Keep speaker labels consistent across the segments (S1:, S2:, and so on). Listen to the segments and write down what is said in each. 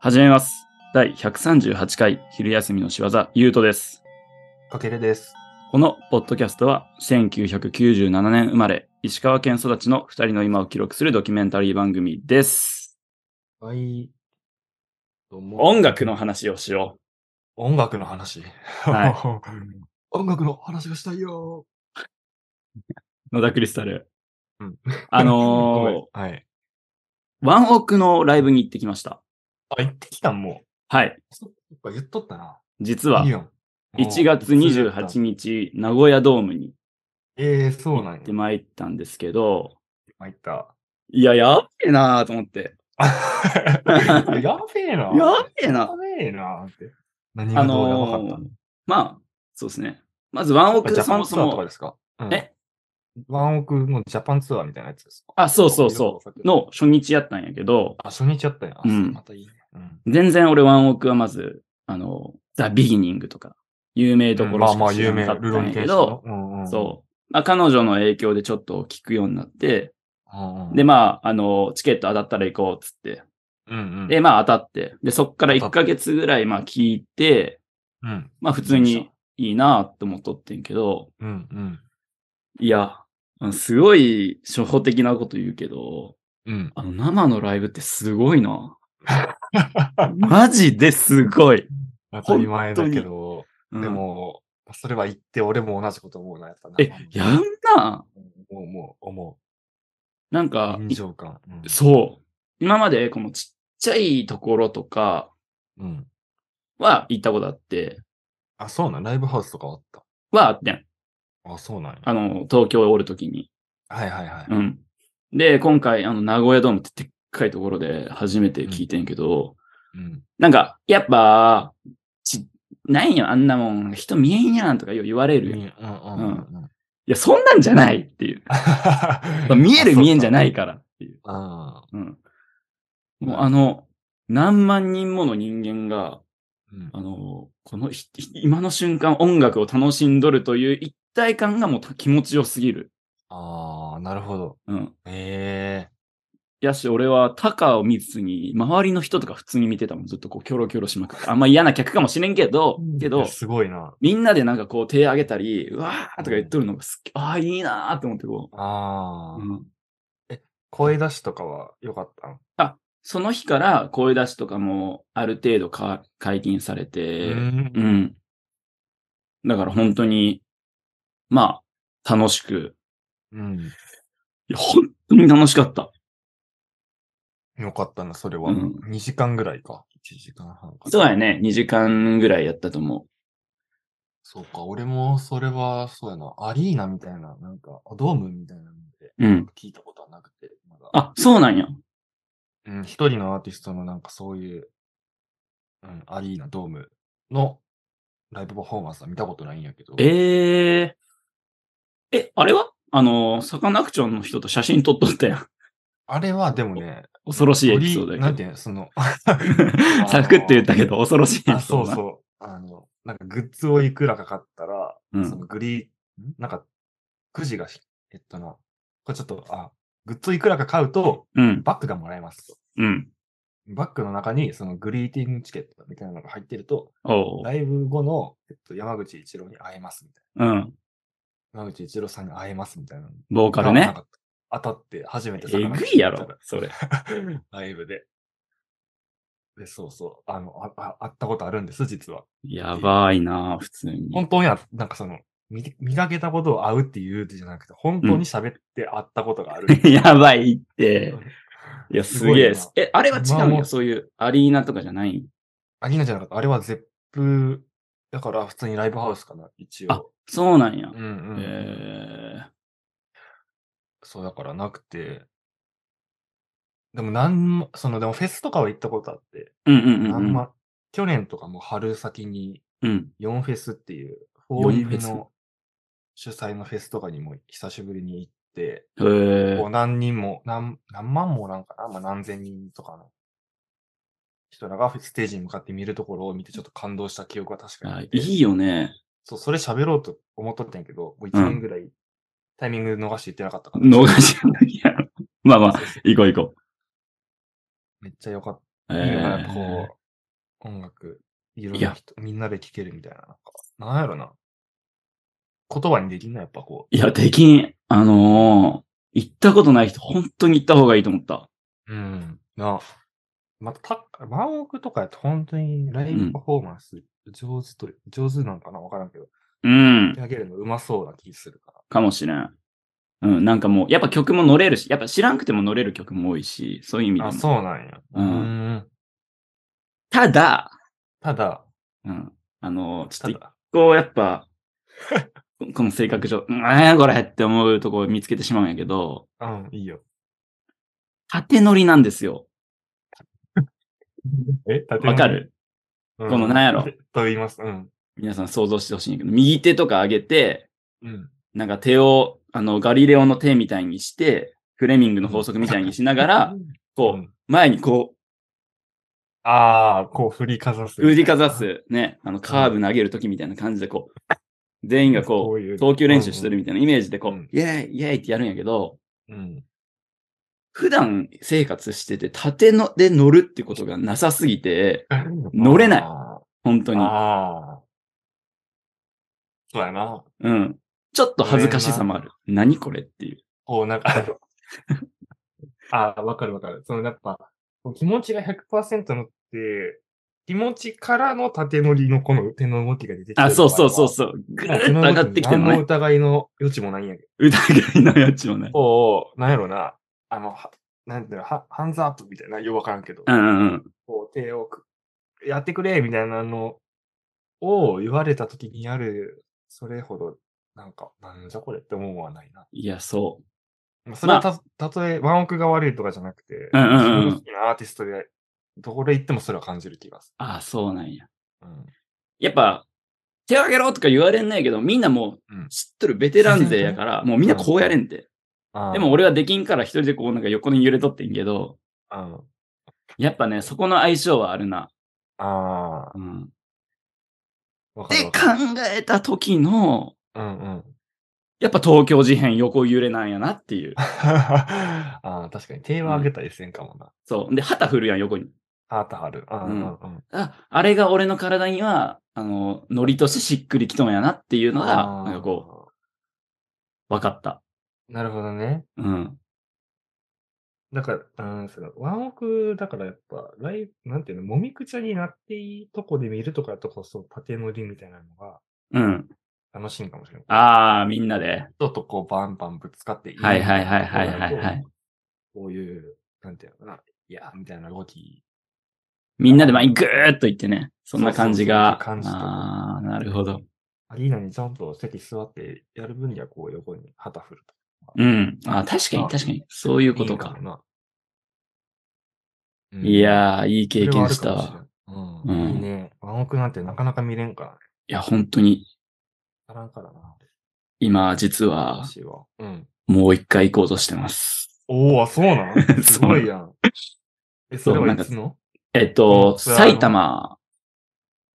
S1: 始めます。第138回昼休みの仕業、ゆうとです。
S2: かけるです。
S1: このポッドキャストは、1997年生まれ、石川県育ちの2人の今を記録するドキュメンタリー番組です。
S2: はい。
S1: 音楽の話をしよ
S2: 音楽の話。
S1: は
S2: 音楽の話がしたいよ
S1: う。野田クリスタル。
S2: うん
S1: あ
S2: ごめ
S1: のー
S2: んはい。
S1: ワンオークのライブに行ってきました。
S2: あ、行ってきたんも
S1: はい。
S2: う。そっか、言っとったな。
S1: 実は、
S2: やん。
S1: 1月28日、
S2: 日。
S1: 名古屋ドームに
S2: ええそう
S1: 行
S2: なんや
S1: っ。てまいったんですけど、
S2: 参った。
S1: いや、やべえなーと思って。
S2: やべえな。
S1: やべえな
S2: やべえなって。何
S1: あ
S2: がどうやばか
S1: の
S2: った
S1: ー、まあ、そうですね。まずワンオ
S2: ジ
S1: ク
S2: ャ
S1: そ
S2: パン
S1: もそ
S2: ツアーとか
S1: も
S2: で、すか
S1: え
S2: うんワンオクのジャパンツアーみたいなやつですか
S1: あ、そうそうそう、の初日やったんやけど、
S2: あ、初日やったんや。あ
S1: うん
S2: またいいね。うん
S1: 全然俺ワンオクはまず、あの、ザ・ビギニングとか、有名どころ
S2: まあ
S1: し
S2: ま
S1: か
S2: あ
S1: 知
S2: 有
S1: らな
S2: 名
S1: かっ、
S2: ル
S1: たん
S2: ロニ
S1: や
S2: ケ
S1: け
S2: ン
S1: ど、
S2: シ
S1: そう。まあ、彼女の影響でちょっと聞くようになって、
S2: うん。
S1: で、まあ、あの、チケット当たったら行こうっつって、
S2: うんうん、
S1: で、まあ当たって、で、そっから1ヶ月ぐらい、まあ聞いて、
S2: うん、
S1: まあ普通にいいなと思っとってんけど、
S2: うん、うん。
S1: いや、あのすごい初歩的なこと言うけど、
S2: うん。
S1: あの生のライブってすごい な。マジですごい。
S2: 当たり前だけど、
S1: うん
S2: で、も、それは言って、俺も同じこと思うな、やっぱな。
S1: え、やんな。
S2: もう、もう、思
S1: なん
S2: う。
S1: か、
S2: 臨
S1: い
S2: 場感。うん
S1: そう。今までこのちっちゃいところとか
S2: うん。
S1: は行ったことあって、
S2: あ、そうなん、ライブハウスとかあっ
S1: はあってん。
S2: た。あ、そうなんや。
S1: あの、東京おるときに。
S2: はいはいはい。
S1: うん。で、今回、あの、名古屋ドームってでっかいところで初めて聞いてんけど、
S2: うん。
S1: なんか、やっぱ、ち、ないよ、あんなもん。人見えんやんとかよう言われ
S2: うん
S1: る
S2: う
S1: やん。い
S2: んうんうん
S1: や、そんなんじゃないっていう。
S2: う ん。。
S1: 見える見えんじゃないいからっていう。
S2: あ
S1: うん。もうあの、何万人もの人間が、
S2: そうか
S1: あの、このひ今の瞬間音楽を楽しんどるという一体感がもうた気持ちよすぎる。
S2: うん。ああ、なるほど。
S1: うん。
S2: ええ
S1: やし、俺はタカを見ずに、周りの人とか普通に見てたもん。ずっとこう、キョロキョロしまくって。あんま嫌な客かもしれんけど、けど、
S2: すごいな。
S1: みんなでなんかこう手上げたり、うわーとか言っとるのが好き。ああ、いいなーって思ってこう。
S2: ああ、
S1: うん
S2: 声出しとかは良かったの
S1: その日から声出しとかもある程度か解禁されて、
S2: うん
S1: うん。だから本当に、まあ、楽しく。
S2: うん。
S1: いや、本当に楽しかった。
S2: よかったな、それは。
S1: うん
S2: 2時間ぐらいか。1時間半か。
S1: そうやね。2時間ぐらいやったと思
S2: そうか、俺もそれは、そうやな、アリーナみたいな、なんか、ドームみたいなので、
S1: う。うん。
S2: 聞いたことはなくて、まだ。
S1: あ、そうなんや。
S2: うん、一人のアーティストのなんかそういう、うん、アリーナ、ドームのライブパフォーマンスは見たことないんやけど。
S1: ええー。え、あれはあの、サカナクションの人と写真撮っとったやん。
S2: あれはでもね、
S1: 恐ろしいエピソー
S2: 鳥
S1: ド
S2: な
S1: や
S2: ん
S1: け
S2: ていうの、その、
S1: ど。 サクって言ったけど、恐ろしいエピ
S2: あ、
S1: ソー
S2: そう
S1: ドな。
S2: そう。あの、なんかグッズをいくらか買ったら、
S1: うん
S2: そのグリーん、なんか、くじがひ、えっとな、これちょっと、あ、グッズをいくらか買うと、
S1: うん。
S2: バッグがもらえますと。
S1: うん。
S2: バッグの中に、そのグリーティングチケットみたいなのが入ってると、
S1: おう。
S2: ライブ後の、えっと、山口一郎に会えますみたい
S1: うん。
S2: な。山口一郎さんに会えますみたいなのが。
S1: ボーカル
S2: なん
S1: ね。
S2: か当たって初めて
S1: えぐいやろ、それ。
S2: ライブで。で、そうそう。あの、あ、あ、会ったことあるんです、実は。
S1: やばいな普通に。
S2: 本当には、なんかその、見て見かけたことを会うっていうじゃなくて、本当に喋って会ったことがある。
S1: やば いって。いや、すげえ
S2: す。
S1: え、あれは違
S2: まあ
S1: うん
S2: も
S1: よ。
S2: う
S1: そういうアリーナとかじゃない。
S2: アリーナじゃなかった。あれはゼップ、だから普通にライブハウスかな、一応。
S1: あそうなんや
S2: う。んうん。
S1: え
S2: そうだからなくて。でもなんも、その、でもフェスとかは行ったことあって、
S1: ー。うんうん
S2: な
S1: うんんうん。
S2: ま、去年とかも春先に
S1: うん。
S2: 4フェスっていう、
S1: 4
S2: 4
S1: フェス
S2: イブの主催のフェスとかにも久しぶりに行って、
S1: へえ
S2: こう。何人も、何、何万もおらんかな、まあ、何千人とかの人らがステージに向かって見るところを見てちょっと感動した記憶は確かにあ
S1: あ
S2: っ
S1: い
S2: て。
S1: いよね。
S2: そう、それ喋ろうと思っとったんやけど、もう1年ぐらいタイミング逃していってなかったか ら。
S1: 逃しないやろ。まあまあ、行こう行こ
S2: めっちゃ良かっ
S1: え
S2: いいのかな、やっぱ
S1: ー
S2: こう、音楽、いろん
S1: いや
S2: な人、みんなで聴けるみたいな、なんか、なんやろな。言葉にできんな、やっぱこ
S1: いや、できん。あのー行ったことない人、本当に行った方がいいと思った。
S2: う。うん。な。また、た、ワンオクとかやと本当にライブパフォーマンス上手と、上手なんかなわからんけど、
S1: うん。
S2: やげるのうまそうな気するから。
S1: かもしれん。うん、なんかもう、やっぱ曲も乗れるし、やっぱ知らんくても乗れる曲も多いし、そういう意味で
S2: あ、
S1: も。
S2: そうなんや。
S1: うん
S2: ん。
S1: ただ、
S2: ただ、
S1: うん、あのーちょ
S2: た
S1: っと一
S2: だ、
S1: 個、やっ ぱ、ここの性格上、うん、あーこれって思うとこを見つけてしまうんやけど、
S2: うん、いいよ。
S1: 縦乗りなんですよ。
S2: え、縦乗り
S1: わかる
S2: うん
S1: このなんやろ
S2: と言います。うん。
S1: 皆さん想像してほしいんやけど、右手とか上げて、
S2: うん。
S1: なんか手を、あの、ガリレオの手みたいにして、フレミングの法則みたいにしながら、 こ
S2: うん
S1: う、前にこ
S2: ああ、こう振りかざす。
S1: う、振りかざ。す、ね、あの、カーブ投げるときみたいな感じで、こう、全員が
S2: こ
S1: こ、
S2: ういうう
S1: 投球練習してるみたいなイメージで、こ
S2: うん
S1: う、イェーイ、イェーイってやるんやけど、
S2: うん。
S1: 普段生活してて、縦ので乗るってことがなさすぎて、乗れない
S2: あ
S1: 本当
S2: ー
S1: に。
S2: あー。そうやな。
S1: うん。ちょっと恥ずかしさもある。何これっていう。
S2: こう、なんか、ああ、わかるわかる。その、やっぱ、気持ちが100%乗って、気持ちからの縦乗りのこの手の動きが出てきて
S1: あ、そうそうそう
S2: う。
S1: そう。ぐー
S2: 手
S1: っと
S2: の
S1: 上
S2: 動
S1: がっ
S2: き
S1: て
S2: に
S1: きて
S2: 何
S1: も
S2: の
S1: ね。
S2: 疑いの余地もないんやけど。
S1: 疑いのやつもね。
S2: こう、なんやろな。あの、はなんていうの、はハンズアップみたいな、よくわからんけど。
S1: うんうんうん。
S2: こう、手をくやってくれみたいなのを言われた時にある、それほど、なんか、なんじゃこれって思うのはないな。
S1: いや、そう。
S2: まあそれはた、たとえワンオクが悪いとかじゃなくて、
S1: うんうんうん
S2: 自分の好きなアーティストで、どこで行ってもそれは感じる気がす
S1: ああ、そうなんや。
S2: る。うん。
S1: やっぱ、手を挙げろとか言われんないけど、みんなもう
S2: うん
S1: 知っとるベテラン勢やから、もうみんなこうやれんて。
S2: あー
S1: でも、俺はできんから一人でこうなんか横に揺れとってんけど、
S2: うん、
S1: やっぱね、そこの相性はあるな。
S2: あ
S1: うん、
S2: あ、わか
S1: で、
S2: る
S1: 考
S2: わかる。
S1: えた時の、
S2: うんうん。
S1: やっぱ東京事変横揺れなんやなっていう。
S2: ああ、確かに、手は上げたりせんかもな。
S1: そう。で、旗振るやん、横に。
S2: ハートある。うんうんうん。
S1: あ、あれが俺の体には、あの、ノリとしてしっくりきとんやなっていうのが、
S2: あー
S1: なんかこう、分かった。
S2: なるほどね。
S1: うん。
S2: だから、うん、その、ワンオク、だからやっぱ、ライブ、なんていうの、もみくちゃになっていいとこで見るとかやとこそ、縦乗りみたいなのが
S1: うん。
S2: 楽しいんかもしれない。
S1: ああ、みんなで。
S2: 人とこう、バンバンぶつかっていい
S1: はいはいはいはいはいはい。
S2: こういう、なんていうのかな、いや、みたいな動き。
S1: みんなで前にぐーっと行ってね。そんな感じが。
S2: そうそうそう
S1: ああ、なるほど。
S2: アリーナにちゃんと席座ってやる分には、こう、横に旗振ると。
S1: うん。あー確かに確かに。そういうことか。
S2: いいもな。うん
S1: い、やー、いい経験した
S2: それはあ
S1: わ。
S2: るかもしれんうん。
S1: うん
S2: いいね。ワンオクなんてなかなか見れんからね。
S1: いや、本当に、
S2: なからんからな。
S1: 今、実は
S2: 欲、しいわ。うん。
S1: もう一回行こうとしてます。
S2: おお、あそうな
S1: そうん
S2: すごいやん。え、そ
S1: そう
S2: れ
S1: な
S2: は
S1: ん
S2: い
S1: か
S2: つの
S1: えっと、
S2: うんそれはあの
S1: 埼玉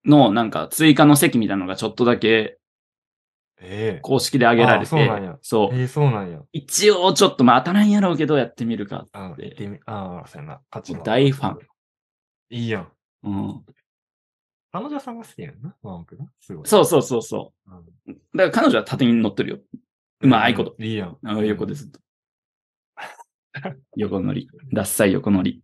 S1: のなんか追加の席みたいなのがちょっとだけ
S2: ええ
S1: 公式で上げられて、
S2: あそうなんや
S1: そう
S2: ええそうなんや。うん
S1: 一応ちょっとまあ当たらんやろうけどやってみるか。
S2: 行
S1: で
S2: ってみ、ああ、そうやな。勝ちの
S1: 大ファン。
S2: いいやん。
S1: うん、
S2: 彼女さんが好きやんな、ワンオクな。すごい。
S1: そうそうそうそ
S2: うん。
S1: う。だから彼女は縦に乗ってるよ。うまいこと。
S2: うん。いいやん。
S1: あ横です。 横乗り。ダッサい横乗り。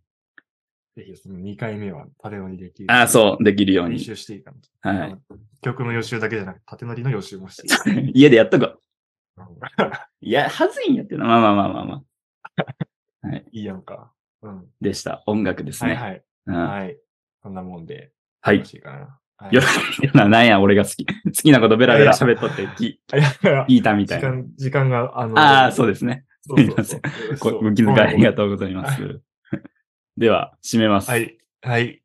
S2: ぜひ、その2回目は、タレを入れき
S1: ああ、そう、できるよう
S2: 練
S1: に。
S2: 習していいかな。
S1: はい。
S2: 曲の予習だけじゃなくて、縦乗りの予習もしていい。
S1: 家でやっとこう。
S2: うん
S1: いや、はずいんやってな。まあまあまあまあまあ。
S2: いいやんか。うん。
S1: でした。音楽です
S2: はい
S1: ね。
S2: はい。
S1: うんは
S2: はい。そんなもんで、
S1: い
S2: よろ。しいかな。 はい
S1: よろしいかな。なんや、俺が好き。 好きなことベラベラ喋っとって、き、
S2: いやいや
S1: 聞いたみたい
S2: 時
S1: な。
S2: 間、時間が、あの、
S1: ああ、そうですね。
S2: そうそうそう
S1: ごご気遣いありがとうございます。では、締めます。
S2: はい。はい。